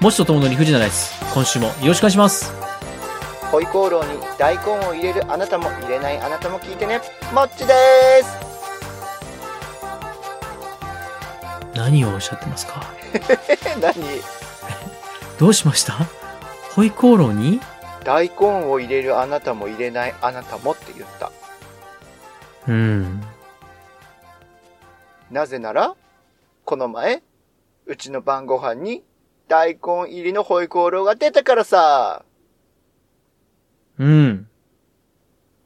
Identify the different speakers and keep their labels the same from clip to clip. Speaker 1: もちとともの理不尽なダイス。今週もよろしくお願いします。
Speaker 2: ホイコーローに大根を入れるあなたも入れないあなたも聞いてねもっちでーす
Speaker 1: 何をおっしゃってますか
Speaker 2: え何
Speaker 1: どうしましたホイコーローに
Speaker 2: 大根を入れるあなたも入れないあなたもって言った
Speaker 1: うん。
Speaker 2: なぜならこの前うちの晩ご飯に大根入りのホイコーローが出たからさ
Speaker 1: うん。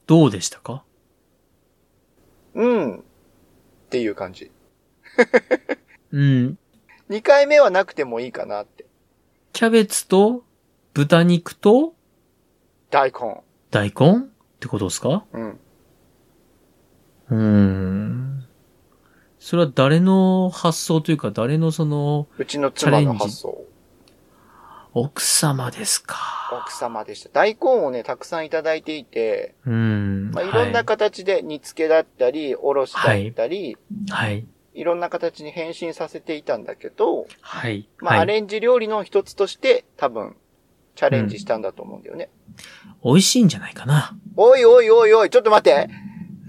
Speaker 1: どうでしたか
Speaker 2: うんっていう感じ
Speaker 1: うん。
Speaker 2: 2回目はなくてもいいかなって
Speaker 1: キャベツと豚肉と
Speaker 2: 大根
Speaker 1: 大根ってことですか
Speaker 2: うん
Speaker 1: うーん。それは誰の発想というか、誰のその、
Speaker 2: うちの妻の
Speaker 1: チャレンジ
Speaker 2: 発想
Speaker 1: 奥様ですか。
Speaker 2: 奥様でした大根をねたくさんいただいていて
Speaker 1: うーん。
Speaker 2: まあ、いろんな形で煮付けだったり、おろしだったり、
Speaker 1: はい。はい。
Speaker 2: いろんな形に変身させていたんだけど、
Speaker 1: はい。
Speaker 2: まあ、
Speaker 1: は
Speaker 2: ア
Speaker 1: い。
Speaker 2: レンジ料理の一つとして、多分、チャレンジしたんだと思うんだよね。
Speaker 1: 美味しいんじゃないかな。
Speaker 2: おいおいおいおい、ちょっと待って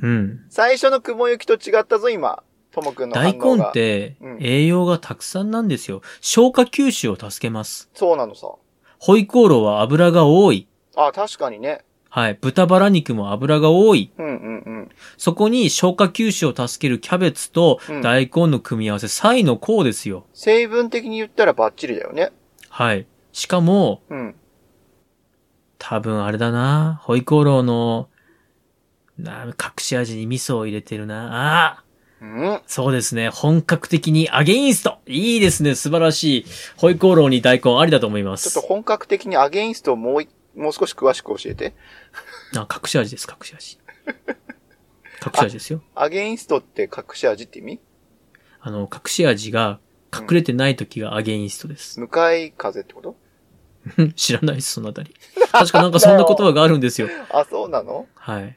Speaker 1: うん。
Speaker 2: 最初の雲行きと違ったぞ、今。ともくんの反
Speaker 1: 大
Speaker 2: 応
Speaker 1: 根
Speaker 2: が。
Speaker 1: って
Speaker 2: うん
Speaker 1: 栄養がたくさんなんですよ。消化吸収を助けます。
Speaker 2: そうなのさ。
Speaker 1: ホイコーローは油が多い。
Speaker 2: あ、確かにね。
Speaker 1: はい。豚バラ肉も油が多い。
Speaker 2: うんうんうん。
Speaker 1: そこに消化吸収を助けるキャベツと
Speaker 2: うん
Speaker 1: 大根の組み合わせ、サイの項ですよ。
Speaker 2: 成分的に言ったらバッチリだよね。
Speaker 1: はい。しかも、
Speaker 2: うん。
Speaker 1: 多分あれだな。ホイコーローの、な、隠し味に味噌を入れてるな。ああ
Speaker 2: うん。
Speaker 1: そうですね。本格的にアゲインストいいですね。素晴らしい。ホイコーローに大根ありだと思いま
Speaker 2: ちょっ
Speaker 1: す
Speaker 2: と。本格的にアゲインストをもうい、もう少し詳しく教えて。
Speaker 1: あ、隠し味です、隠し 味。隠し味ですよ。
Speaker 2: アゲインストって隠し味って意味
Speaker 1: あの、隠し味が隠れてない時がアゲインストです。
Speaker 2: 向かい風ってこと
Speaker 1: 知らないです、そのあたり。確かなんかそんな言葉があるんですよ。
Speaker 2: あ、そうなの
Speaker 1: はい。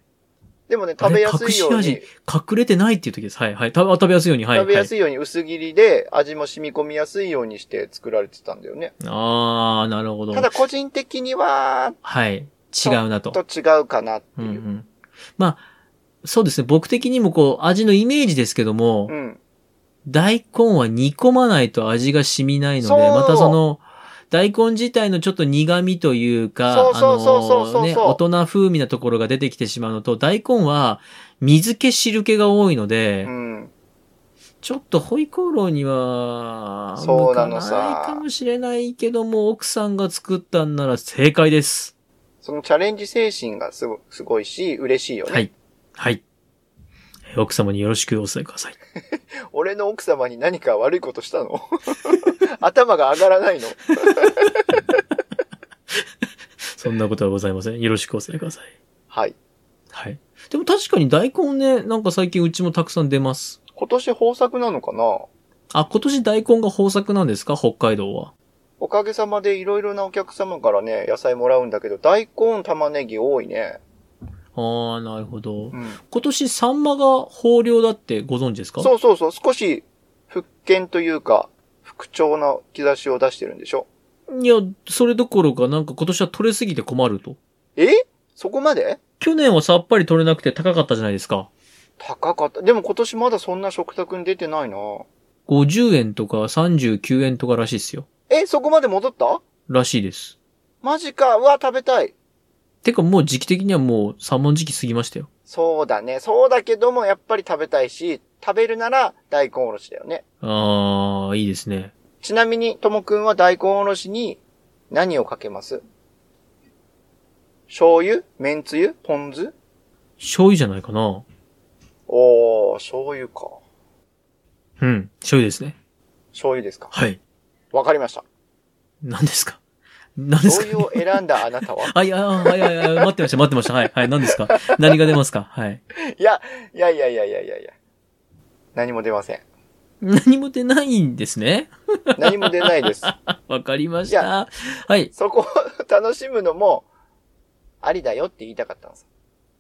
Speaker 2: でもね、
Speaker 1: あ
Speaker 2: 食べ
Speaker 1: れ
Speaker 2: やすいよう
Speaker 1: 隠
Speaker 2: に
Speaker 1: し味、隠れてないっていう時です。はい、はい。た食べやすいように、はい。
Speaker 2: 食べやす
Speaker 1: はい
Speaker 2: ように薄切りで味も染み込みやすいようにして作られてたんだよね。
Speaker 1: い。あー、なるほど
Speaker 2: た。だ個人的には、
Speaker 1: はい。違うなと。
Speaker 2: と違うかなって
Speaker 1: うんう
Speaker 2: いう。
Speaker 1: ん。まあ、そうですね。僕的にもこう、味のイメージですけども、
Speaker 2: うん。
Speaker 1: 大根は煮込まないと味が染みないの
Speaker 2: そう
Speaker 1: で、またその、大根自体のちょっと苦味というか、あ
Speaker 2: そうそうそうそうそ
Speaker 1: の
Speaker 2: う
Speaker 1: ね、大人風味なところが出てきてしまうのと、大根は水気汁気が多いので、
Speaker 2: うん。
Speaker 1: ちょっとホイコーローには、
Speaker 2: そうなの
Speaker 1: 向
Speaker 2: さ
Speaker 1: かないかもしれないけども、奥さんが作ったんなら正解です。
Speaker 2: そのチャレンジ精神がすごすごいし、嬉しいよね。
Speaker 1: はい。はい。え奥様によろしくお伝えください。
Speaker 2: 俺の奥様に何か悪いことしたの 頭が上がらないの
Speaker 1: そんなことはございません。よろしくお伝えください。
Speaker 2: はい。
Speaker 1: はい。でも確かに大根ね、なんか最近うちもたくさん出ます。
Speaker 2: 今年豊作なのかな
Speaker 1: あ、今年大根が豊作なんですか北海道は。
Speaker 2: おかげさまでいろいろなお客様からね、野菜もらうんだけど、大根、玉ねぎ多いね。
Speaker 1: ああ、なるほど
Speaker 2: う。ん。
Speaker 1: 今年サンマが豊漁だってご存知ですか
Speaker 2: そうそうそう、少し、復権というか、復調な兆しを出してるんでしょ
Speaker 1: いや、それどころかなんか今年は取れすぎて困ると。
Speaker 2: えそこまで
Speaker 1: 去年はさっぱり取れなくて高かったじゃないですか。
Speaker 2: 高かった。でも今年まだそんな食卓に出てないな
Speaker 1: 50円とか39円とからしいですよ。
Speaker 2: え、そこまで戻った
Speaker 1: らしいです。
Speaker 2: マジか。うわ、食べたい。
Speaker 1: てかもう時期的にはもうサンマの時期過ぎましたよ。
Speaker 2: そうだね。そうだけども、やっぱり食べたいし、食べるなら大根おろしだよね。
Speaker 1: ああ、いいですね。
Speaker 2: ちなみに、ともくんは大根おろしに何をかけます醤油めんつゆポン酢
Speaker 1: 醤油じゃないかな
Speaker 2: おー、醤油か。
Speaker 1: うん。醤油ですね。
Speaker 2: 醤油ですか。
Speaker 1: はい。
Speaker 2: わかりました。
Speaker 1: 何ですか何です
Speaker 2: 醤
Speaker 1: か
Speaker 2: 油を選んだあなたは
Speaker 1: はい、あはい、はい、はい、待ってました、待ってました。はい、はい、何ですか何が出ますかはい。
Speaker 2: いや、いやいやいやいやいやいや。何も出ません。
Speaker 1: 何も出ないんですね。
Speaker 2: 何も出ない です。
Speaker 1: あわかりまし
Speaker 2: い
Speaker 1: た。はい。
Speaker 2: そこを楽しむのも、ありだよって言いたかったんです。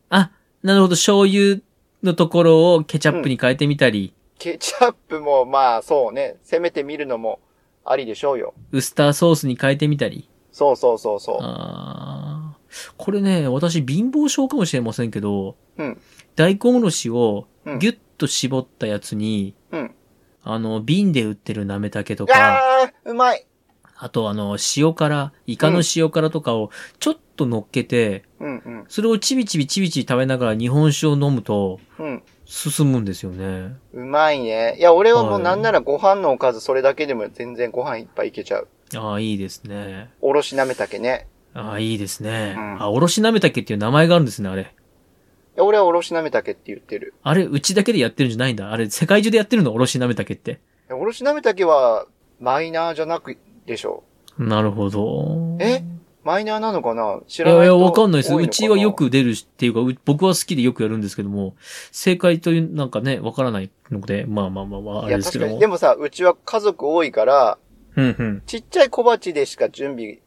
Speaker 1: あ、なるほど、醤油のところをケチャップに変えてみたり。
Speaker 2: ケチャップも、まあそうね、攻めてみるのもありでしょうよ。
Speaker 1: ウスターソースに変えてみたり。
Speaker 2: そうそうそうそ
Speaker 1: あーこれね、私貧乏症かもしれませんけど、
Speaker 2: う。うん。
Speaker 1: 大根おろしを
Speaker 2: うん
Speaker 1: ギュッと絞ったやつに、
Speaker 2: うん。
Speaker 1: あの、瓶で売ってるなめたけとか、
Speaker 2: あー、うまい。
Speaker 1: あとあの、塩辛、イカの塩辛とかをちょっと乗っけて、
Speaker 2: うんうん。
Speaker 1: それをちびちびちびちび食べながら日本酒を飲むと
Speaker 2: うん。
Speaker 1: 進むんですよね。
Speaker 2: うまいね。いや、俺はも
Speaker 1: は
Speaker 2: う
Speaker 1: い
Speaker 2: なんならご飯のおかずそれだけでも全然ご飯いっぱいいけちゃう。
Speaker 1: ああ、いいですね。
Speaker 2: おろしなめたけね。
Speaker 1: ああ、いいですね。
Speaker 2: うん
Speaker 1: あ、おろしなめたけっていう名前があるんですね、あれ。
Speaker 2: いや俺はおろしなめたけって言ってる。
Speaker 1: あれ、うちだけでやってるんじゃないんだ。あれ、世界中でやってるの、おろしなめたけって。
Speaker 2: いやおろしなめたけはマイナーじゃなくでしょ
Speaker 1: なるほど。
Speaker 2: えマイナーなのかな知
Speaker 1: い
Speaker 2: らな
Speaker 1: や
Speaker 2: い
Speaker 1: い
Speaker 2: 人
Speaker 1: や、わかんないです。
Speaker 2: 多の
Speaker 1: う
Speaker 2: か
Speaker 1: ちはよ。く出るしっていうか、う僕は好きでよくやるんですけども、正解という、なんかね、わからないので、まあまあまあまあ、あ
Speaker 2: い
Speaker 1: れ
Speaker 2: や、
Speaker 1: ですけ
Speaker 2: 確
Speaker 1: ど
Speaker 2: か
Speaker 1: も。
Speaker 2: に。でもさ、うちは家族多いから、
Speaker 1: うんうん。
Speaker 2: ちっちゃい小鉢でしか準備、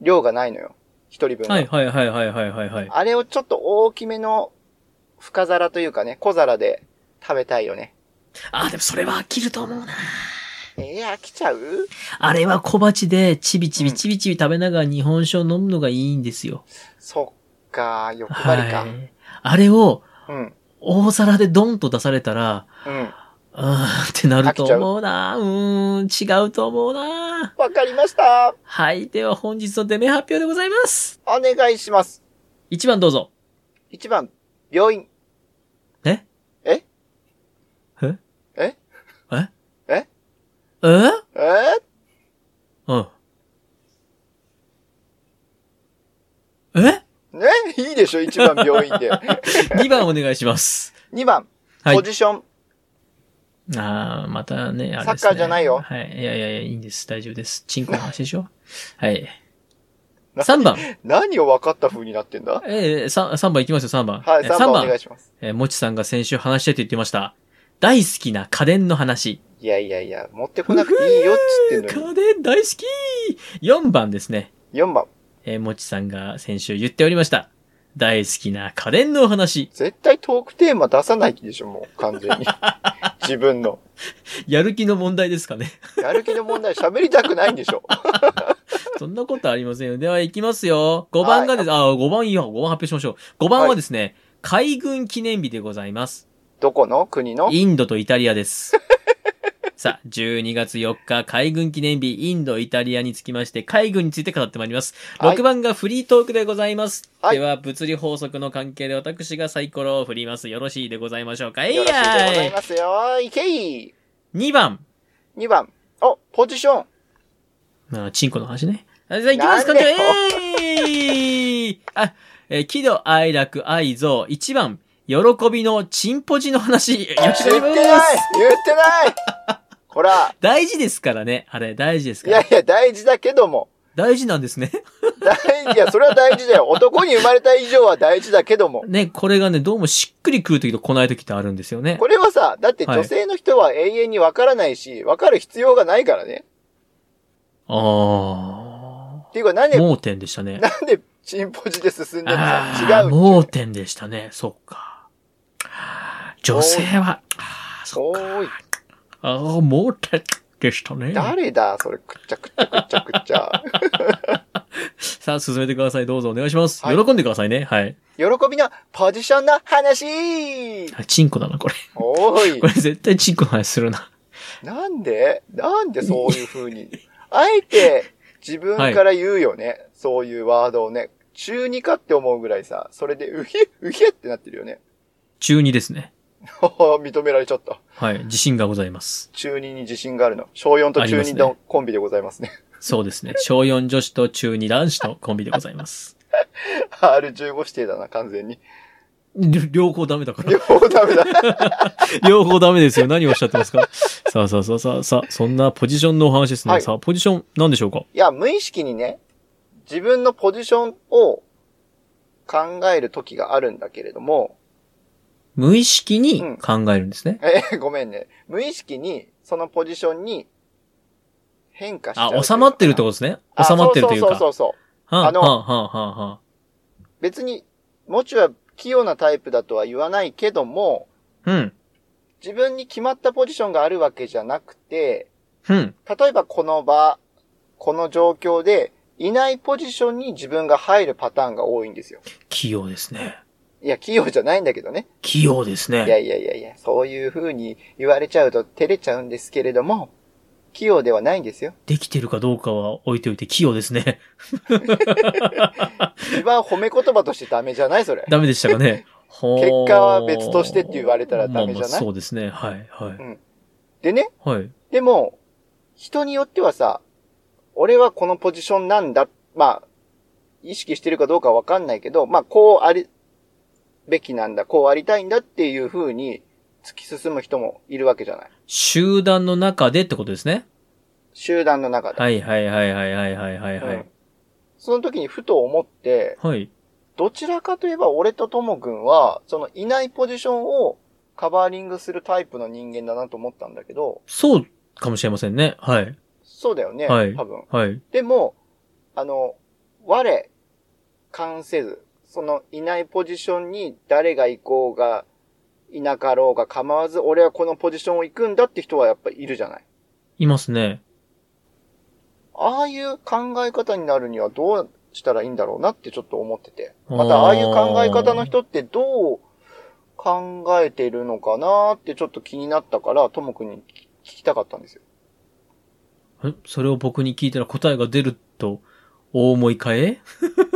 Speaker 2: 量がないのよ。一人分が
Speaker 1: はいはいはいはいはいはいはい。
Speaker 2: あれをちょっと大きめの深皿というかね、小皿で食べたいよね。
Speaker 1: あ、でもそれは飽きると思うな。
Speaker 2: えー、飽きちゃう
Speaker 1: あれは小鉢で、ちびちびちびちび食べながら日本酒を飲むのがいいんですよ。
Speaker 2: そっか、欲張りか。
Speaker 1: はい。あれを、
Speaker 2: うん。
Speaker 1: 大皿でドンと出されたら、
Speaker 2: うん。
Speaker 1: うーんってなると思うな。うーん、違うと思うな。
Speaker 2: わかりました。
Speaker 1: はい。では本日の出目発表でございます。
Speaker 2: お願いします。
Speaker 1: 1番どうぞ。
Speaker 2: 1番、病院。
Speaker 1: え
Speaker 2: え
Speaker 1: え
Speaker 2: え
Speaker 1: え
Speaker 2: え
Speaker 1: え
Speaker 2: えー
Speaker 1: うん。え
Speaker 2: ねいいでしょ ?1 番病院で。
Speaker 1: ?2 番お願いします。
Speaker 2: 2番、
Speaker 1: はい
Speaker 2: ポジション。
Speaker 1: ああ、またね、あれですね。
Speaker 2: サッカーじゃないよ
Speaker 1: はい。いやいやいや、いいんです。大丈夫です。チンコの話で しょはい。
Speaker 2: な
Speaker 1: 3番。
Speaker 2: 何を分かった風になってんだ
Speaker 1: えー、3, 三番いきますよ、3番。
Speaker 2: はい、
Speaker 1: えー
Speaker 2: 3番お願いします。
Speaker 1: えーもちさんが先週話したいと言ってました。大好きな家電の話。
Speaker 2: いやいやいや、持ってこなくていいよって言ってん のに。
Speaker 1: 家電大好き !4 番ですね。
Speaker 2: 4番、
Speaker 1: えーもちさんが先週言っておりました。大好きな家電のお話。
Speaker 2: 絶対トークテーマ出さないでしょ、もう、完全 に。自分の。
Speaker 1: やる気の問題ですかね。
Speaker 2: やる気の問題喋りたくないんでしょ。
Speaker 1: そんなことありませんよ。では行きますよ。5番がです。ああ、5番いいよ。5番発表しましょう。5番はですね、海軍記念日でございます。
Speaker 2: どこの国の
Speaker 1: インドとイタリア です。さあ、12月4日、海軍記念日、インド、イタリアにつきまして、海軍について語ってまいります。
Speaker 2: はい
Speaker 1: 6番がフリートークでございます。
Speaker 2: はい
Speaker 1: では、物理法則の関係で私がサイコロを振ります。よろしいでございましょうか。えい
Speaker 2: よろしいでござい
Speaker 1: やい
Speaker 2: ますよ。いけい
Speaker 1: !2 番。
Speaker 2: !2 番。お、ポジション。
Speaker 1: あ、チンコの話ね。あじゃあ行きます
Speaker 2: な
Speaker 1: か、
Speaker 2: んで
Speaker 1: え
Speaker 2: よ
Speaker 1: ー、あ、えー喜怒哀楽愛憎1番、喜びのチンポジの話。よろしく
Speaker 2: 言
Speaker 1: お願
Speaker 2: って
Speaker 1: いしま
Speaker 2: ない
Speaker 1: す。
Speaker 2: 言ってない ほら。
Speaker 1: 大事ですからね。あれ、大事です
Speaker 2: い
Speaker 1: から
Speaker 2: やい。や、大事だけども。
Speaker 1: 大事なんですね。
Speaker 2: 大いや、それは大事だよ。男に生まれた以上は大事だけども。
Speaker 1: ね、これがね、どうもしっくりくるときと来ないときってあるんですよ ね
Speaker 2: こ。れはさ、だって
Speaker 1: はい
Speaker 2: 女性の人は永遠にわからないし、わかる必要がないからね。
Speaker 1: あ
Speaker 2: っていうか、なん
Speaker 1: ー。
Speaker 2: で、
Speaker 1: 盲点でしたね。
Speaker 2: なんでチンポジで進んでるの
Speaker 1: あ
Speaker 2: さ、違
Speaker 1: ー
Speaker 2: う。
Speaker 1: 盲点でしたね。そっか。女性は、あー、そっ
Speaker 2: お
Speaker 1: か。
Speaker 2: ーい、
Speaker 1: あー、盲点でしたね。
Speaker 2: 誰だそれ、くっちゃくっちゃくっちゃくっちゃ。
Speaker 1: さあ、進めてください。どうぞお願いします。
Speaker 2: はい
Speaker 1: 喜んでくださいね。はい。
Speaker 2: 喜びのポジションの話
Speaker 1: あチンコだな、これ。
Speaker 2: おーい
Speaker 1: こ、れ絶対チンコの話するな。
Speaker 2: なんでなんでそういう風に。あえて自分から言うよね、そういうワードをね。中二かって思うぐらいさ、それでうひうひってなってるよね。
Speaker 1: 中二ですね。
Speaker 2: 認められちゃった。
Speaker 1: はい。自信がございます。
Speaker 2: 中二に自信があるの。小4と中
Speaker 1: ありま
Speaker 2: 2
Speaker 1: す
Speaker 2: のコンビでございますね。
Speaker 1: そうですね。小4女子と中二男子のコンビでございます。
Speaker 2: R15 指定だな、完全に。
Speaker 1: りょ両方ダメだから
Speaker 2: 両。方ダメだ。
Speaker 1: 両方ダメですよ。何をおっしゃってますかさあさあさあさあさあ、そんなポジションのお話ですね。
Speaker 2: はい
Speaker 1: さあ、ポジション何でしょうか
Speaker 2: いや、無意識にね、自分のポジションを考える時があるんだけれども、
Speaker 1: 無意識に考えるんですね。
Speaker 2: えー、ごめんね。無意識に、そのポジションに変化しちゃうという
Speaker 1: あ、
Speaker 2: か
Speaker 1: 収まってるってことですね。収まってるという
Speaker 2: あそ
Speaker 1: か。
Speaker 2: うそうそうそうそう。
Speaker 1: は
Speaker 2: あ
Speaker 1: あ、
Speaker 2: の
Speaker 1: はあ、はあ、はあは
Speaker 2: 別に、もちは器用なタイプだとは言わないけども、
Speaker 1: あ。うん。
Speaker 2: 自分に決まったポジションがあるわけじゃなくて、
Speaker 1: うん。
Speaker 2: 例えばこの場、この状況で、いないポジションに自分が入るパターンが多いんですよ。
Speaker 1: 器用ですね。
Speaker 2: いや、器用じゃないんだけどね。
Speaker 1: 器用です
Speaker 2: いや
Speaker 1: ね。
Speaker 2: いやいやいや、そういう風に言われちゃうと照れちゃうんですけれども、器用ではないんですよ。
Speaker 1: できてるかどうかは置いておいて器用ですね。
Speaker 2: 一番褒め言葉としてダメじゃないそれ。
Speaker 1: ダメでしたかね。
Speaker 2: 結
Speaker 1: 結
Speaker 2: 果は別としてって言われたらダメじゃない
Speaker 1: そうですね。はい、は
Speaker 2: でね、
Speaker 1: い。はい。
Speaker 2: でも、人によってはさ、俺はこのポジションなんだ。まあ、意識してるかどうかわかんないけど、まあ、こうあり、べきなんだ、こうありたいんだっていう風に突き進む人もいるわけじゃない。
Speaker 1: 集団の中でってことですね。
Speaker 2: 集団の中で。
Speaker 1: はい、はい、はい、はい、はい、はい、はい。は
Speaker 2: うん
Speaker 1: い。
Speaker 2: その時にふと思って、
Speaker 1: はい。
Speaker 2: どちらかといえば俺とともくんは、そのいないポジションをカバーリングするタイプの人間だなと思ったんだけど、
Speaker 1: そうかもしれませんね。はい。
Speaker 2: そうだよね、
Speaker 1: はい
Speaker 2: 多分。
Speaker 1: はい。
Speaker 2: でも、あの、我、関せず、そのいないポジションに誰が行こうが、いなかろうが構わず、俺はこのポジションを行くんだって人はやっぱいるじゃない。
Speaker 1: いますね。
Speaker 2: ああいう考え方になるにはどうしたらいいんだろうなってちょっと思ってて。またああいう考え方の人ってどう考えてるのかなってちょっと気になったから、ともくんに聞きたかったんですよ。
Speaker 1: んそれを僕に聞いたら答えが出ると、お思い変え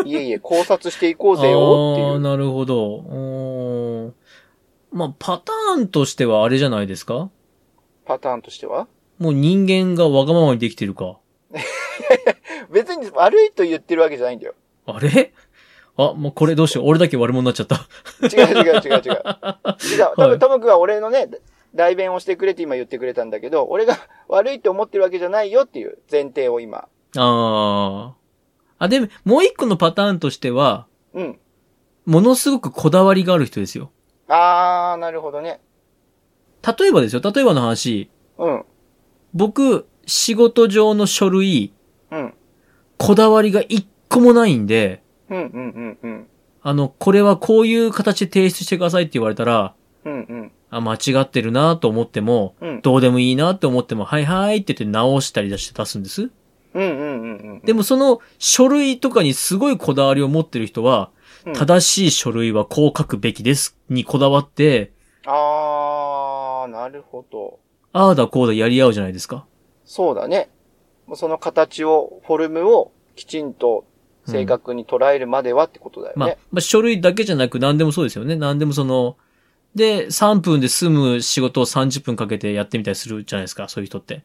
Speaker 2: いえいえ、考察していこうぜよって
Speaker 1: あ
Speaker 2: い
Speaker 1: ー
Speaker 2: う。
Speaker 1: なるほど。うーんまあ、パターンとしてはあれじゃないですか
Speaker 2: パターンとしては
Speaker 1: もう人間がわがままにできてるか。
Speaker 2: 別に悪いと言ってるわけじゃないんだよ。
Speaker 1: あれあ、もうこれどうしよう。俺だけ悪者になっちゃった。
Speaker 2: 違う違う違う違う。 違う。多分ともくんは俺のね、代弁をしてくれって今言ってくれたんだけど、俺が悪いと思ってるわけじゃないよっていう前提を今。
Speaker 1: ああ。あ、でも、もう一個のパターンとしては、
Speaker 2: うん。
Speaker 1: ものすごくこだわりがある人ですよ。
Speaker 2: あー、なるほどね。
Speaker 1: 例えばですよ。例えばの話、
Speaker 2: うん。
Speaker 1: 僕、仕事上の書類、
Speaker 2: うん。
Speaker 1: こだわりが一個もないんで、
Speaker 2: うんうんうんうん。
Speaker 1: あの、これはこういう形で提出してくださいって言われたら、
Speaker 2: うんうん。
Speaker 1: あ、間違ってるなと思っても、
Speaker 2: うん。
Speaker 1: どうでもいいなって思っても、はいはいって言って直したり出して出すんです。
Speaker 2: うんうんうんうん。
Speaker 1: でもその書類とかにすごいこだわりを持ってる人は、
Speaker 2: うん
Speaker 1: 正しい書類はこう書くべきですにこだわって、
Speaker 2: あー、なるほど。
Speaker 1: ああだこうだやり合うじゃないですか。
Speaker 2: そうだね。もうその形を、フォルムをきちんと正確に捉えるまではってことだよ
Speaker 1: まあ
Speaker 2: ね。、
Speaker 1: まあ、書類だけじゃなく何でもそうですよね。何でもその、で、3分で済む仕事を30分かけてやってみたりするじゃないですか、そういう人って。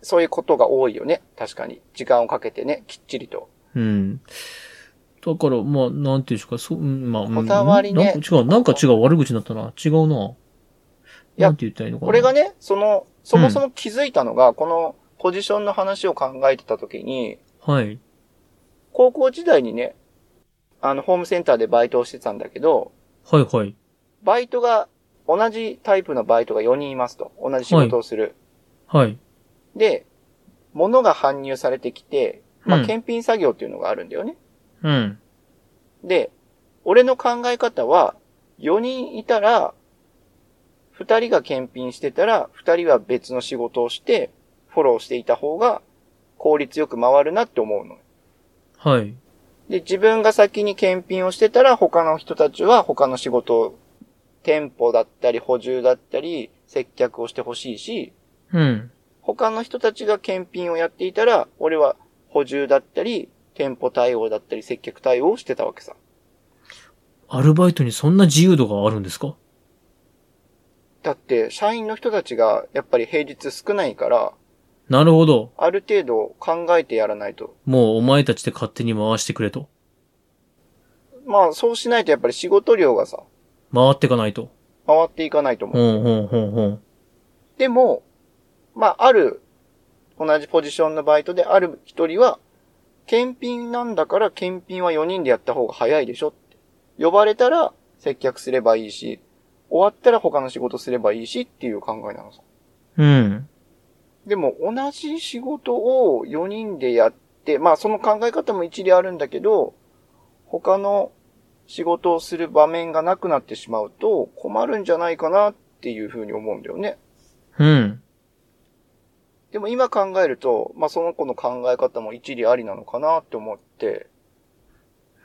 Speaker 2: そういうことが多いよね。確かに。時間をかけてね、きっちりと。
Speaker 1: うん。だから、まあ、なんていうんですか、そう、うんまあ、うん
Speaker 2: こだわりね
Speaker 1: なんか違う、なんか違う、悪口になったな。違うな。
Speaker 2: いや
Speaker 1: なんて言ったらいいのかな。
Speaker 2: これがね、その、そもそも気づいたのが、このポジションの話を考えてた時に、
Speaker 1: はい。
Speaker 2: 高校時代にね、あの、ホームセンターでバイトをしてたんだけど、
Speaker 1: はいはい。
Speaker 2: バイトが、同じタイプのバイトが4人いますと。同じ仕事をする。
Speaker 1: はい。
Speaker 2: で、物が搬入されてきて、まあ、
Speaker 1: うん
Speaker 2: 検品作業っていうのがあるんだよね。
Speaker 1: うん。
Speaker 2: で、俺の考え方は、4人いたら、2人が検品してたら、2人は別の仕事をして、フォローしていた方が、効率よく回るなって思うの。
Speaker 1: はい。
Speaker 2: で、自分が先に検品をしてたら、他の人たちは他の仕事を、店舗だったり、補充だったり、接客をしてほしいし、
Speaker 1: うん。
Speaker 2: 他の人たちが検品をやっていたら、俺は補充だったり、店舗対応だったり、接客対応をしてたわけさ。
Speaker 1: アルバイトにそんな自由度があるんですか
Speaker 2: だって、社員の人たちがやっぱり平日少ないから、
Speaker 1: なるほど。
Speaker 2: ある程度考えてやらないと。
Speaker 1: もうお前たちで勝手に回してくれと。
Speaker 2: まあ、そうしないとやっぱり仕事量がさ、
Speaker 1: 回ってかないと。
Speaker 2: 回っていかないと思
Speaker 1: う
Speaker 2: う。
Speaker 1: ん、うん、うん、うん。
Speaker 2: でも、まあ、ある、同じポジションのバイトである一人は、検品なんだから検品は4人でやった方が早いでしょって。呼ばれたら接客すればいいし、終わったら他の仕事すればいいしっていう考えなのさ。
Speaker 1: うん。
Speaker 2: でも同じ仕事を4人でやって、まあその考え方も一理あるんだけど、他の仕事をする場面がなくなってしまうと困るんじゃないかなっていうふうに思うんだよね。
Speaker 1: うん。
Speaker 2: でも今考えると、まあその子の考え方も一理ありなのかなって思って、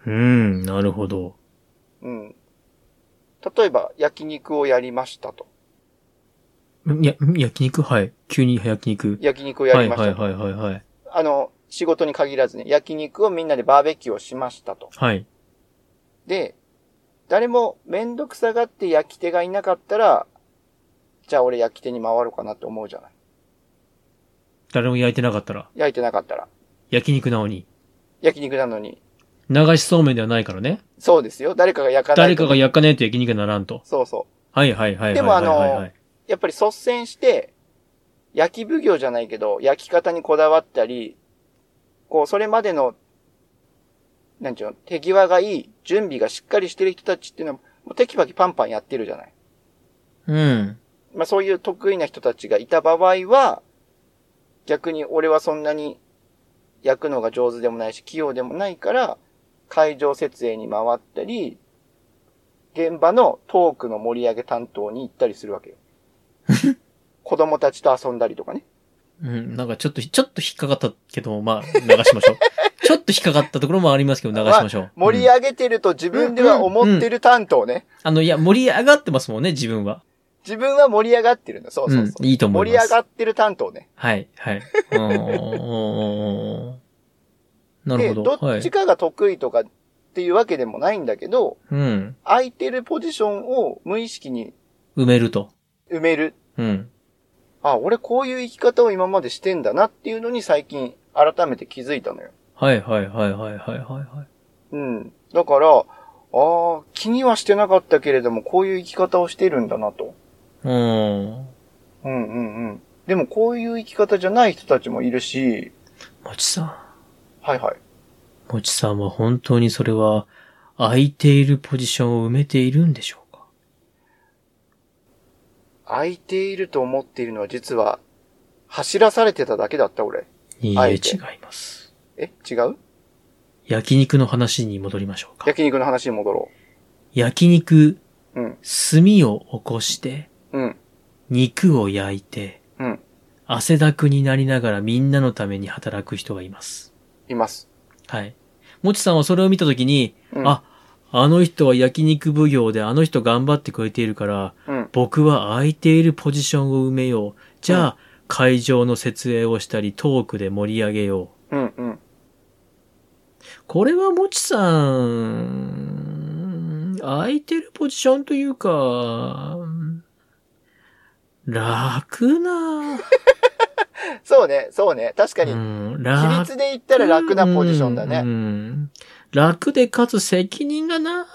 Speaker 1: うん、なるほど。
Speaker 2: うん。例えば、焼肉をやりましたと。
Speaker 1: んや、ん焼肉はい。急に焼肉。
Speaker 2: 焼肉をや
Speaker 1: はい
Speaker 2: りまし
Speaker 1: は
Speaker 2: た
Speaker 1: い
Speaker 2: と。
Speaker 1: はいはいはい。
Speaker 2: あの、仕事に限らずね、焼肉をみんなでバーベキューをしましたと。
Speaker 1: はい。
Speaker 2: で、誰もめんどくさがって焼き手がいなかったら、じゃあ俺焼き手に回ろうかなって思うじゃない。
Speaker 1: 誰も焼いてなかったら、
Speaker 2: 焼いてなかったら。
Speaker 1: 焼肉なのに。
Speaker 2: 焼肉なのに。
Speaker 1: 流しそうめんではないからね。
Speaker 2: そうですよ。誰かが焼かな
Speaker 1: 誰
Speaker 2: いと。
Speaker 1: かが焼かないと焼肉にならんと。
Speaker 2: そうそ
Speaker 1: はいはいはいはいはいはい、はい。
Speaker 2: でもあのう。やっぱり率先して、焼き奉行じゃないけど、焼き方にこだわったり、こう、それまでの、なんちゅうの、手際がいい、準備がしっかりしてる人たちっていうのは、もうテキパキパンパンやってるじゃない。
Speaker 1: うん。
Speaker 2: まあそういう得意な人たちがいた場合は、逆に俺はそんなに焼くのが上手でもないし、器用でもないから、会場設営に回ったり、現場のトークの盛り上げ担当に行ったりするわ けよ。子供たちと遊んだりとかね。
Speaker 1: うん、なんかちょっと、ちょっと引っかかったけど、まあ、流しまし ょう。ちょっと引っかかったところもありますけど、流しましょう。
Speaker 2: 盛り
Speaker 1: うん
Speaker 2: 上げてると自分では思ってる担当ね。
Speaker 1: あの、いや、盛り上がってますもんね、自分は。
Speaker 2: 自分は盛り上がってるんだ。そうそうそ
Speaker 1: う
Speaker 2: う。
Speaker 1: ん、いいと思
Speaker 2: 盛
Speaker 1: い
Speaker 2: り
Speaker 1: ま
Speaker 2: 上
Speaker 1: す。
Speaker 2: がってる担当ね。
Speaker 1: はい、 はい。うんうんうんうんなる
Speaker 2: で、
Speaker 1: ほど。
Speaker 2: どっちかが得意とかっていうわけでもないんだけど、
Speaker 1: はい。うん。
Speaker 2: 空いてるポジションを無意識に
Speaker 1: 埋めると。
Speaker 2: 埋める。
Speaker 1: うん。
Speaker 2: あ、俺こういう生き方を今までしてんだなっていうのに最近改めて気づいたのよ。
Speaker 1: はいはいはいはいはいはいはい。
Speaker 2: うん。だから、ああ、気にはしてなかったけれども、こういう生き方をしてるんだなと。
Speaker 1: うん。
Speaker 2: うんうんうん。でもこういう生き方じゃない人たちもいるし、
Speaker 1: もちさ
Speaker 2: はいは
Speaker 1: ん。
Speaker 2: い。
Speaker 1: もちさんは本当にそれは、空いているポジションを埋めているんでしょうか
Speaker 2: 空いていると思っているのは実は、走らされてただけだった俺。
Speaker 1: いい
Speaker 2: あ
Speaker 1: え、違
Speaker 2: え
Speaker 1: い
Speaker 2: て
Speaker 1: ます。
Speaker 2: え違う
Speaker 1: 焼肉の話に戻りましょうか。
Speaker 2: 焼肉の話に戻ろ
Speaker 1: 焼肉、
Speaker 2: う。う
Speaker 1: 炭
Speaker 2: ん。
Speaker 1: を起こして、
Speaker 2: うん。
Speaker 1: 肉を焼いて、
Speaker 2: うん。
Speaker 1: 汗だくになりながらみんなのために働く人がいます。
Speaker 2: います。
Speaker 1: はい。もちさんはそれを見たときに、
Speaker 2: うん。
Speaker 1: ああの人は焼肉奉行であの人頑張ってくれているから、
Speaker 2: うん。
Speaker 1: 僕は空いているポジションを埋めよう。じゃあ、会場の設営をしたり、トークで盛り上げよう。
Speaker 2: うん。うん。
Speaker 1: これはもちさん、空いてるポジションというか、楽な、
Speaker 2: そうね、そうね。確かに
Speaker 1: う、ん、
Speaker 2: 比
Speaker 1: 楽
Speaker 2: 率で言ったら楽なポジションだ
Speaker 1: う
Speaker 2: ね。
Speaker 1: ん楽でかつ責任が ない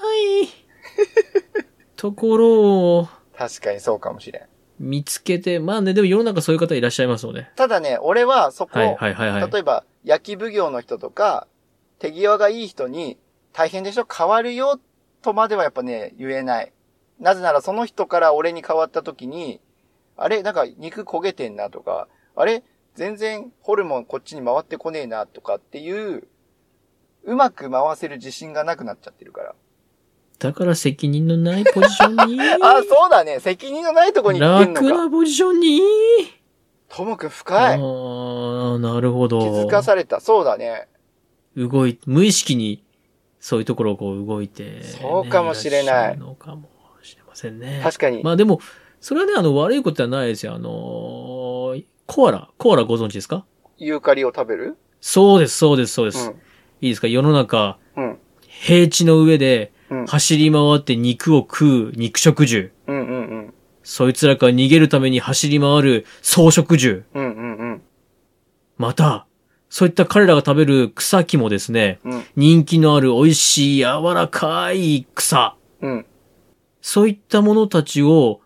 Speaker 1: ところを
Speaker 2: 確かにそうかもしれん。
Speaker 1: 見つけて、まあね、でも世の中そういう方いらっしゃいますので。
Speaker 2: ただね、俺はそこ、
Speaker 1: はいはいはいはい。
Speaker 2: 例えば、焼き奉行の人とか、手際がいい人に、大変でしょ変わるよ、とまではやっぱね、言えない。なぜならその人から俺に変わった時に、あれなんか肉焦げてんなとか、あれ全然ホルモンこっちに回ってこねえなとかっていう、うまく回せる自信がなくなっちゃってるから。。
Speaker 1: だから責任のないポジションに
Speaker 2: あ、そうだね。責任のないとこに行ってんの
Speaker 1: 楽
Speaker 2: か。
Speaker 1: なポジションに。
Speaker 2: ともくん深い。
Speaker 1: ああ、なるほ
Speaker 2: 気
Speaker 1: ど
Speaker 2: づ。かされた。そうだね。
Speaker 1: 動い、無意識にそういうところをこう動いてね、
Speaker 2: そうかもしれ
Speaker 1: ら
Speaker 2: ない
Speaker 1: っしゃるのかもしれませんね。
Speaker 2: 確かに。
Speaker 1: まあでも、それはね、あの、悪いことではないですよ。あのーコアラ、コアラご存知ですか
Speaker 2: ユーカリを食べる
Speaker 1: そうです、そうです、そうです。いいですか世の中、
Speaker 2: うん。うん。
Speaker 1: 平地の上で
Speaker 2: うん。
Speaker 1: 走り回って肉を食う肉食獣。
Speaker 2: うんうんうん。
Speaker 1: そいつらから逃げるために走り回る草食獣。
Speaker 2: うんうん
Speaker 1: また、そういった彼らが食べる草木もですね、
Speaker 2: うん。うん。
Speaker 1: 人気のある美味しい柔らかい草。
Speaker 2: うん。
Speaker 1: そういったものたちを、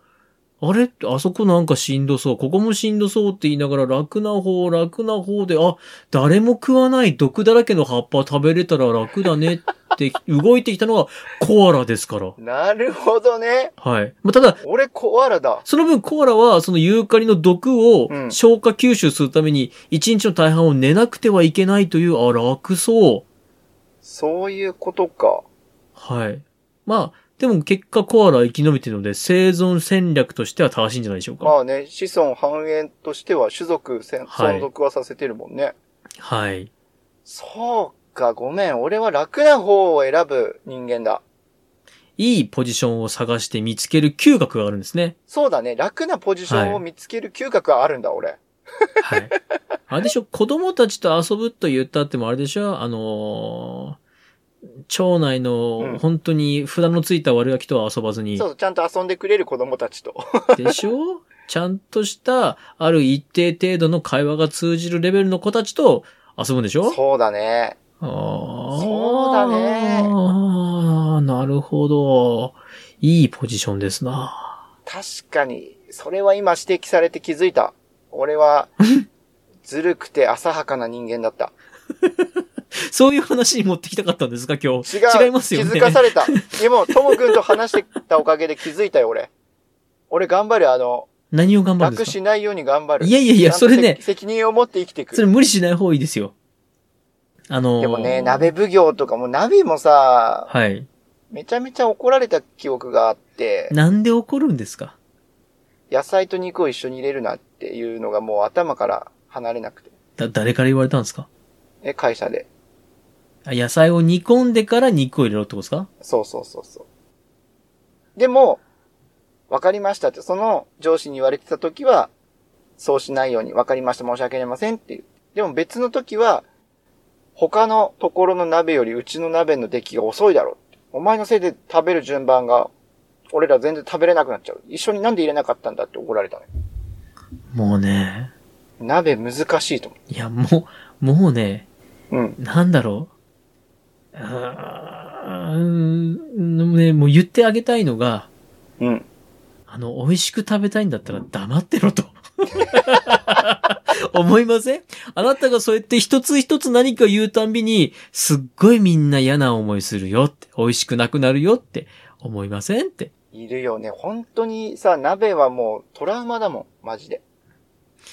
Speaker 1: あれあそこなんかしんどそう。ここもしんどそうって言いながら楽な方、楽な方で、あ、誰も食わない毒だらけの葉っぱ食べれたら楽だねって 動いてきたのがコアラですから。
Speaker 2: なるほどね。
Speaker 1: はい。まあ、ただ、
Speaker 2: 俺コアラだ。
Speaker 1: その分コアラはそのユーカリの毒を
Speaker 2: うん
Speaker 1: 消化吸収するために一日の大半を寝なくてはいけないという、あ、楽そう。
Speaker 2: そういうことか。
Speaker 1: はい。まあ、でも結果コアラは生き延びてるので、生存戦略としては正しいんじゃないでしょうか。
Speaker 2: まあね、子孫繁栄としては種族せん
Speaker 1: はい
Speaker 2: 存続はさせてるもんね。
Speaker 1: はい。
Speaker 2: そうか、ごめん。俺は楽な方を選ぶ人間だ。
Speaker 1: いいポジションを探して見つける嗅覚があるんですね。
Speaker 2: そうだね。楽なポジションを見つける嗅覚はあるんだ、俺。
Speaker 1: はい。あれでしょ、子供たちと遊ぶと言ったってもあれでしょ、あのー町内
Speaker 2: うん
Speaker 1: の本当に札のついた悪ガキとは遊ばずに
Speaker 2: そ、うそう、ちゃんと遊んでくれる子供たちと。
Speaker 1: でしょちゃんとした、ある一定程度の会話が通じるレベルの子たちと遊ぶんでしょ
Speaker 2: そうだね。
Speaker 1: ああ。
Speaker 2: そうだね
Speaker 1: ああ、なるほど。いいポジションですな。
Speaker 2: 確かに、それは今指摘されて気づいた。俺は、ずるくて浅はかな人間だった。
Speaker 1: そういう話に持ってきたかったんですか、今日。
Speaker 2: 違 う。
Speaker 1: 違いますよね
Speaker 2: 気づかさ れた。でも、ともくんと話してたおかげで気づいたよ、俺。俺頑張る、あの、
Speaker 1: 何を頑張るんで
Speaker 2: 楽
Speaker 1: すか
Speaker 2: しないように頑張る。
Speaker 1: いやいやいや
Speaker 2: ちゃんと
Speaker 1: それね
Speaker 2: 責責任を持って生きていく
Speaker 1: そ。れ無理しない方がいいですよ。あのー
Speaker 2: でもね、。鍋奉行とかも、鍋もさ、
Speaker 1: はい。
Speaker 2: めちゃめちゃ怒られた記憶があって、
Speaker 1: なんで怒るんですか
Speaker 2: 野菜と肉を一緒に入れるなっていうのがもう頭から離れなくて。
Speaker 1: だ、誰から言われたんですか
Speaker 2: え、会社で。
Speaker 1: あ野菜を煮込んでから肉を入れろってことですか
Speaker 2: そうそうそうそう。でも、わかりましたって、その上司に言われてた時は、そうしないように、わかりました、申し訳ありませんっていう。でも別の時は、他のところの鍋よりうちの鍋の出来が遅いだろう。お前のせいで食べる順番が、俺ら全然食べれなくなっちゃう。一緒になんで入れなかったんだって怒られたね。
Speaker 1: もうね、
Speaker 2: 鍋難しいと思
Speaker 1: いや、もう、もうね、
Speaker 2: う。うん。
Speaker 1: なんだろう。あーうん、ね、もう言ってあげたいのが、
Speaker 2: うん。
Speaker 1: あの、美味しく食べたいんだったら黙ってろと。 思いませんあなたがそうやって一つ一つ何か言うたんびに、すっごいみんな嫌な思いするよって、美味しくなくなるよって、思いませんって。
Speaker 2: いるよね。本当にさ、鍋はもうトラウマだもん。マジで。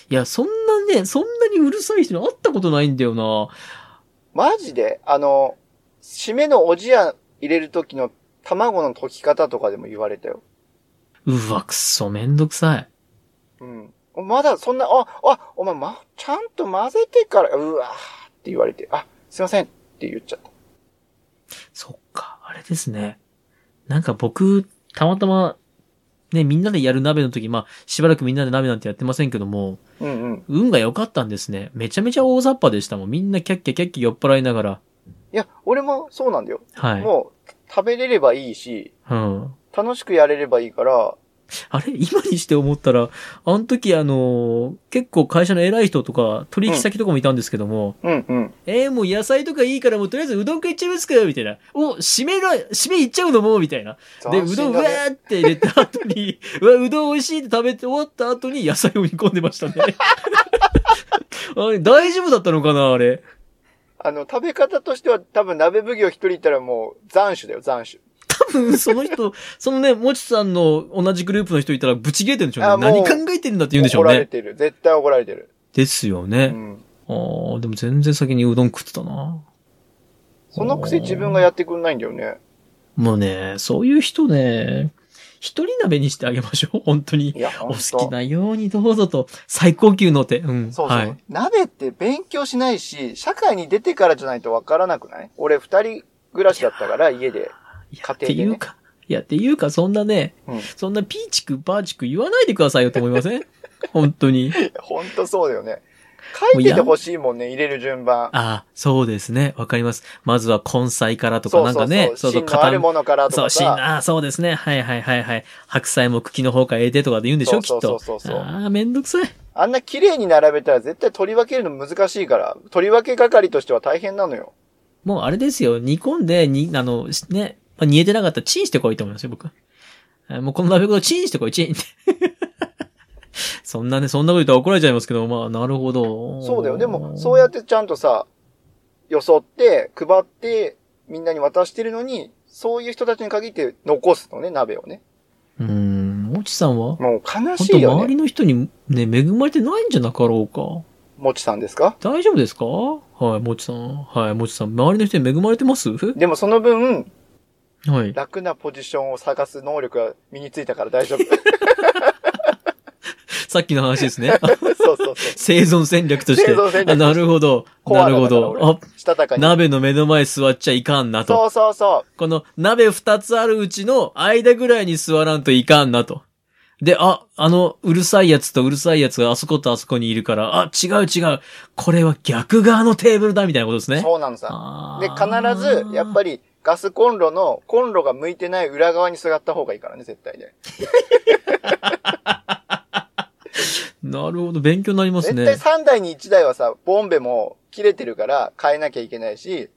Speaker 1: いや、そんなね、そんなにうるさい人に会ったことないんだよな。
Speaker 2: マジであの、締めのおじや入れる時の卵の溶き方とかでも言われたよ。
Speaker 1: うわ、くっそめんどくさい。
Speaker 2: うん。おまだそんな、あ、あ、お前ま、ちゃんと混ぜてから、うわーって言われて、あ、すいませんって言っちゃった。
Speaker 1: そっか、あれですね。なんか僕、たまたま、ね、みんなでやる鍋の時、まあ、しばらくみんなで鍋なんてやってませんけども、
Speaker 2: うんうん。
Speaker 1: 運が良かったんですね。めちゃめちゃ大雑把でしたもん。みんなキャッキャキャッキャ酔っ払いながら。
Speaker 2: いや、俺もそうなんだよ。
Speaker 1: はい。
Speaker 2: もう、食べれればいいし、
Speaker 1: うん。
Speaker 2: 楽しくやれればいいから、
Speaker 1: あれ今にして思ったら、あの時あのー結構会社の偉い人とか、取引先とかもいたんですけども、
Speaker 2: うんうん。
Speaker 1: えー、もう野菜とかいいからもうとりあえずうどん食いっちゃいますかよみたいな。お、締めろ、締めいっちゃうのもうみたいな。で、う
Speaker 2: 斬
Speaker 1: ど
Speaker 2: 新
Speaker 1: んうわ
Speaker 2: だね
Speaker 1: ーって入れた後に、 うわ、うどん美味しいって食べて終わった後に野菜を煮込んでましたね。 あれ、大丈夫だったのかなあれ。
Speaker 2: あの、食べ方としては多分鍋奉行一人いたらもう、斬首だよ、斬首。
Speaker 1: 多分、その人、そのね、もちさんの同じグループの人いたらブチ切れてるんでしょう
Speaker 2: あ
Speaker 1: ね。何
Speaker 2: もう
Speaker 1: 考えてるんだって言うんでしょう
Speaker 2: 怒られ
Speaker 1: ね。
Speaker 2: てる。絶対怒られてる。
Speaker 1: ですよ
Speaker 2: う
Speaker 1: ね。
Speaker 2: ん。
Speaker 1: ああでも全然先にうどん食ってたな。
Speaker 2: そのくせ自分がやってくんないんだよね。
Speaker 1: もうね、そういう人ね、一人鍋にしてあげましょう。本当に。
Speaker 2: いや、
Speaker 1: お
Speaker 2: ほんと
Speaker 1: 好きなようにどうぞと、最高級の手。うん。
Speaker 2: そうそう、
Speaker 1: はい。
Speaker 2: 鍋って勉強しないし、社会に出てからじゃないとわからなくない俺二人暮らしだったから家で。
Speaker 1: いや
Speaker 2: 家庭
Speaker 1: って
Speaker 2: でね
Speaker 1: いうか、いや、っていうか、そんなね、
Speaker 2: うん
Speaker 1: そんなピーチク、バーチク言わないでくださいよと思いま せん本当に。
Speaker 2: ほんとそうだよね。書いててほしいもんね、入れる順番。
Speaker 1: ああ、そうですね。わかります。まずは根菜からとか、
Speaker 2: そ
Speaker 1: な
Speaker 2: うんそ
Speaker 1: か
Speaker 2: うそ
Speaker 1: ね
Speaker 2: う。、
Speaker 1: そうそう、
Speaker 2: 芯のあるものからと
Speaker 1: そう、
Speaker 2: か
Speaker 1: 芯、
Speaker 2: さ。
Speaker 1: ああ、そうですね。はいはいはいはい。白菜も茎の方からええでとかで言うんでしょ、き
Speaker 2: そ
Speaker 1: っ
Speaker 2: うそ
Speaker 1: と
Speaker 2: うそうそうそう。
Speaker 1: ああ、めんどくさい。
Speaker 2: あんな綺麗に並べたら絶対取り分けるの難しいから、取り分け係としては大変なのよ。
Speaker 1: もうあれですよ。煮込んで、に、あの、しね、まあ煮えてなかったらチンしてこいと思いますよ、僕。あもうこの鍋ごとチンしてこい、チンって。 そんなね、そんなこと言ったら怒られちゃいますけど、まあ、なるほど。
Speaker 2: そうだよ。でも、そうや
Speaker 1: っ
Speaker 2: ってちゃんとさ、よそって、配って、みんなに渡してるのに、そういう人たちに限って残すのね、鍋をね。
Speaker 1: うーん、もちさんは
Speaker 2: もう悲
Speaker 1: 本
Speaker 2: し
Speaker 1: 当
Speaker 2: いよ
Speaker 1: 周
Speaker 2: ね。
Speaker 1: りの人にね、恵まれてないんじゃなかろうか。
Speaker 2: もちさんですか
Speaker 1: 大丈夫ですかはい、もちさん。はい、もちさん。周りの人に恵まれてます
Speaker 2: でもその分、
Speaker 1: はい。
Speaker 2: 楽なポジションを探す能力が身についたから 大丈夫。
Speaker 1: さっきの話です ね。
Speaker 2: そうそうそう。
Speaker 1: 生存戦略として。
Speaker 2: 生存戦略
Speaker 1: あなるほど。
Speaker 2: コア
Speaker 1: な
Speaker 2: ラ
Speaker 1: る
Speaker 2: だ
Speaker 1: ほ
Speaker 2: から俺
Speaker 1: ど。あ、
Speaker 2: したたかに。
Speaker 1: 鍋の目の前座っちゃいかんなと。
Speaker 2: そうそうそ
Speaker 1: この鍋二つあるうちの間ぐらいに座らんといかんなと。で、あ、あの、うるさいやつとうるさいやつがあそことあそこにいるから、あ、違う違う。これは逆側のテーブルだみたいなことです
Speaker 2: う。
Speaker 1: ね。
Speaker 2: そうなのさ。で、必ず、やっ
Speaker 1: り。
Speaker 2: ぱり、ガスコンロの、コンロが向いてない裏側に座った方がいいからね、絶対ね。
Speaker 1: なるほど、勉強になります
Speaker 2: 絶
Speaker 1: ね。
Speaker 2: 対3台に1台はさ、ボンベも切れてるから変えなきゃいけないし、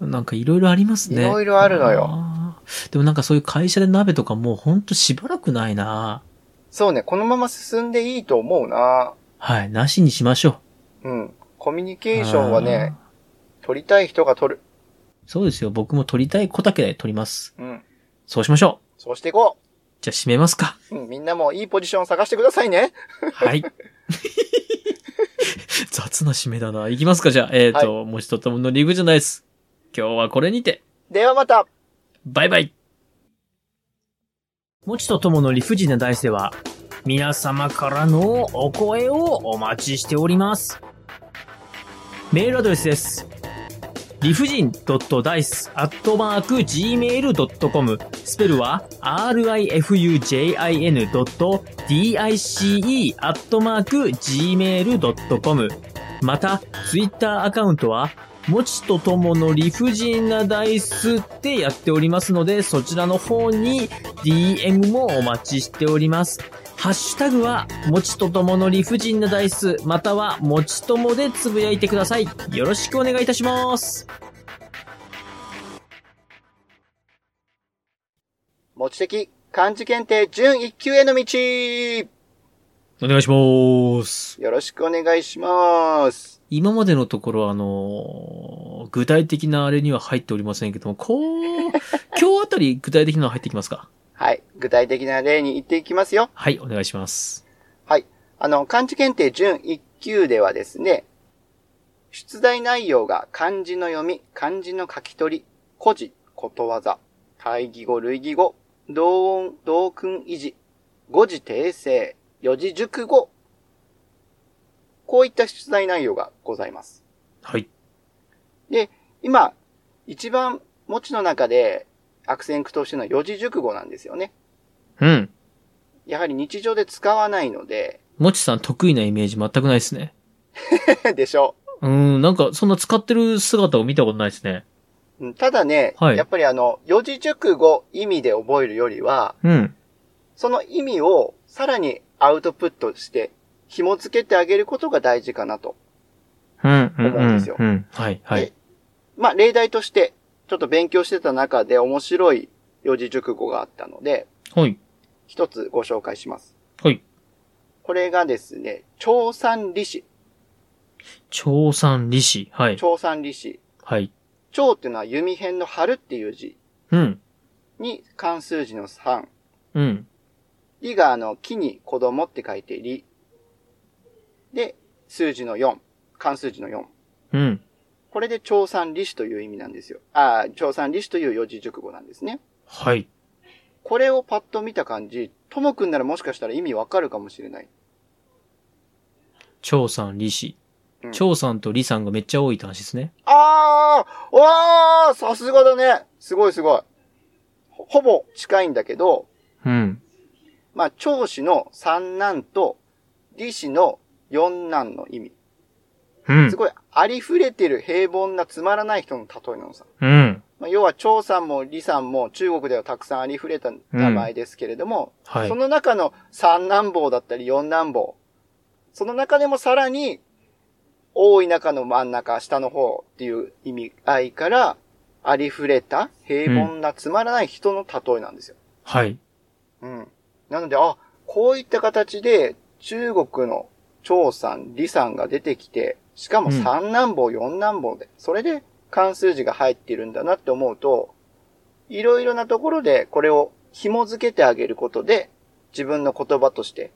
Speaker 1: なんかいろいろありますね。
Speaker 2: いろいろあるのよ
Speaker 1: あー。でもなんかそういう会社で鍋とかもうほんとしばらくないな
Speaker 2: そうね、このまま進んでいいと思うな
Speaker 1: はい、なしにしましょ
Speaker 2: うん。コミュニ
Speaker 1: う。
Speaker 2: ケーションはね、
Speaker 1: あー。
Speaker 2: 取りたい人が取る。
Speaker 1: そうですよ、僕も取りたい子だけで取ります。
Speaker 2: うん。
Speaker 1: そうしましょう。
Speaker 2: そうしていこ
Speaker 1: じゃあ締めますか。
Speaker 2: う。うん、みんなもいいポジションを探してくださいね。
Speaker 1: はい。 雑な締めだな。いきますか、じゃあ。えっ、と、もう一つものリグじゃないです。今日はこれにて。
Speaker 2: ではまた
Speaker 1: バイバイもちとともの理不尽な大世は、皆様からのお声をお待ちしております。メールアドレスです。理不尽 .dice.gmail.com スペルは rifujin.dice.gmail.com また、ツイッターアカウントは、もちとともの理不尽なダイスってやっておりますので、そちらの方に DM もお待ちしております。ハッシュタグは、もちとともの理不尽なダイス、または、もちともでつぶやいてください。よろしくお願いいたします。
Speaker 2: 持ち的漢字検定準1級への道
Speaker 1: お願いします。
Speaker 2: よろしくお願いします。
Speaker 1: 今までのところ、あのー具体的なあれには入っておりませんけども、こう、 今日あたり具体的なの入ってきますか
Speaker 2: はい。具体的な例に言っていきますよ。
Speaker 1: はい、お願いします。
Speaker 2: はい。あの、漢字検定準1級ではですね、出題内容が漢字の読み、漢字の書き取り、古事、ことわざ、対義語、類義語、同音、同訓維持、語字訂正、四字熟語、こういった出題内容がございます。
Speaker 1: はい。
Speaker 2: で、今、一番文字の中で悪戦苦闘してるのは四字熟語なんですよね。
Speaker 1: うん。
Speaker 2: やはり日常で使わないので、
Speaker 1: もちさん得意なイメージ全くないですね。
Speaker 2: でしょ
Speaker 1: うーん、なんか、そんな使ってる姿を見たことないですね。
Speaker 2: う。うんただね、
Speaker 1: はい
Speaker 2: やっぱりあの、四字熟語意味で覚えるよりは、
Speaker 1: うん。
Speaker 2: その意味をさらにアウトプットして、紐付けてあげることが大事かなと。
Speaker 1: うん、うん、
Speaker 2: 思うんですよ
Speaker 1: うん。はい、はい
Speaker 2: で。まあ、例題として、ちょっと勉強してた中で面白い四字熟語があったので、
Speaker 1: はい。
Speaker 2: 一つご紹介します。
Speaker 1: はい。
Speaker 2: これがですね、調産利子。
Speaker 1: 長三利子。はい。
Speaker 2: 調産利子。
Speaker 1: はい。
Speaker 2: 蝶っていうのは弓辺の春っていう字
Speaker 1: うん。
Speaker 2: に関数字の3。
Speaker 1: うん。
Speaker 2: 理があの木に子供って書いて理。で、数字の4。関数字の4。
Speaker 1: うん。
Speaker 2: これで長三利子という意味なんですよ。ああ、長三利子という四字熟語なんですね。
Speaker 1: はい。
Speaker 2: これをパッと見た感じ、ともくんならもしかしたら意味わかるかもしれない。
Speaker 1: 長三利子
Speaker 2: う。ん
Speaker 1: 長さんと利さんがめっちゃ多いって話ですね。
Speaker 2: ああわあさすがだねすごいすごいほほぼ近いんだけど、
Speaker 1: うん。
Speaker 2: まあ、長子の三男と、李子の四男の意味。
Speaker 1: う
Speaker 2: す
Speaker 1: ん。
Speaker 2: ごい、ありふれてる平凡なつまらない人の例えなのさ。
Speaker 1: うん。
Speaker 2: まあ、要は、長さんも李さんも中国ではたくさんありふれた名前ですけれども、
Speaker 1: はい
Speaker 2: そ。の中の三男坊だったり四男坊。その中でもさらに、多い中の真ん中、下の方っていう意味合いから、ありふれた平凡なつまらない人の例えなんですよ。
Speaker 1: はい。
Speaker 2: うん。なので、あ、こういった形で中国の張さん、李さんが出てきて、しかも
Speaker 1: うん
Speaker 2: 三男坊、四男坊で、それで関数字が入ってるんだなって思うと、いろいろなところでこれを紐付けてあげることで、自分の言葉として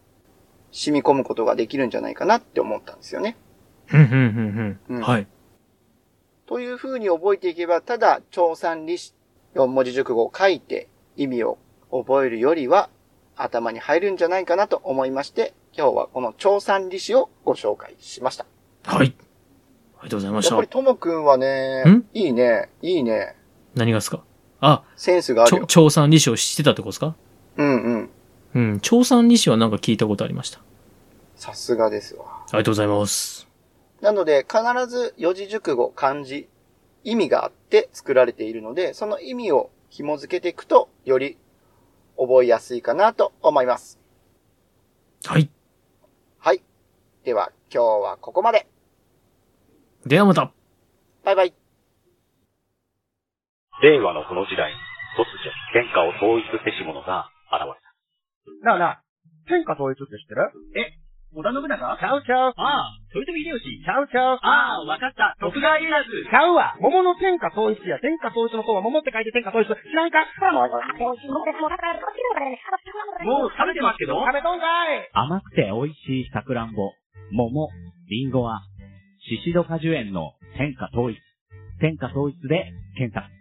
Speaker 2: 染み込むことができるんじゃないかなって思ったんですよね。
Speaker 1: うん、うん、うん、う
Speaker 2: う
Speaker 1: んん。はい。
Speaker 2: というふうに覚えていけば、ただ、張さん、李4文字熟語を書いて意味を覚えるよりは頭に入るんじゃないかなと思いまして、今日はこの長三利子をご紹介しました。
Speaker 1: はい。ありがとうございまし
Speaker 2: やったぱ。りともくんはね
Speaker 1: ん、
Speaker 2: いいね、いいね、
Speaker 1: 何がですかあ、
Speaker 2: センスがあ
Speaker 1: ち
Speaker 2: る
Speaker 1: ょ
Speaker 2: よ。
Speaker 1: 長三利子をしてたってことですか
Speaker 2: うんうん。
Speaker 1: うん。長三利子はなんか聞いたことありました。
Speaker 2: さすがですわ。
Speaker 1: ありがとうございます。
Speaker 2: なので、必ず四字熟語、漢字、意味があって作られているので、その意味を紐付けていくと、より覚えやすいかなと思います。
Speaker 1: はい。
Speaker 2: はい。では、今日はここまで。
Speaker 1: ではまた。
Speaker 2: バイバイ。
Speaker 3: 令和のこの時代、突如、天下を統一せし者が現れた。
Speaker 4: なあなあ、天下統一って知ってる
Speaker 3: 織田信長
Speaker 4: ちゃうちゃう。
Speaker 3: ああ、豊臣秀吉。
Speaker 4: ちゃうちゃう。
Speaker 3: ああ、わかった。徳川家康。
Speaker 4: ちゃうわ。桃の天下統一や。天下統一の方は桃って書いて天下統一。知らんか
Speaker 3: もう食べてますけど
Speaker 4: 食べとんかい
Speaker 5: 甘くて美味しいさくらんぼ、桃、リンゴは、シシド果樹園の天下統一。天下統一で検索。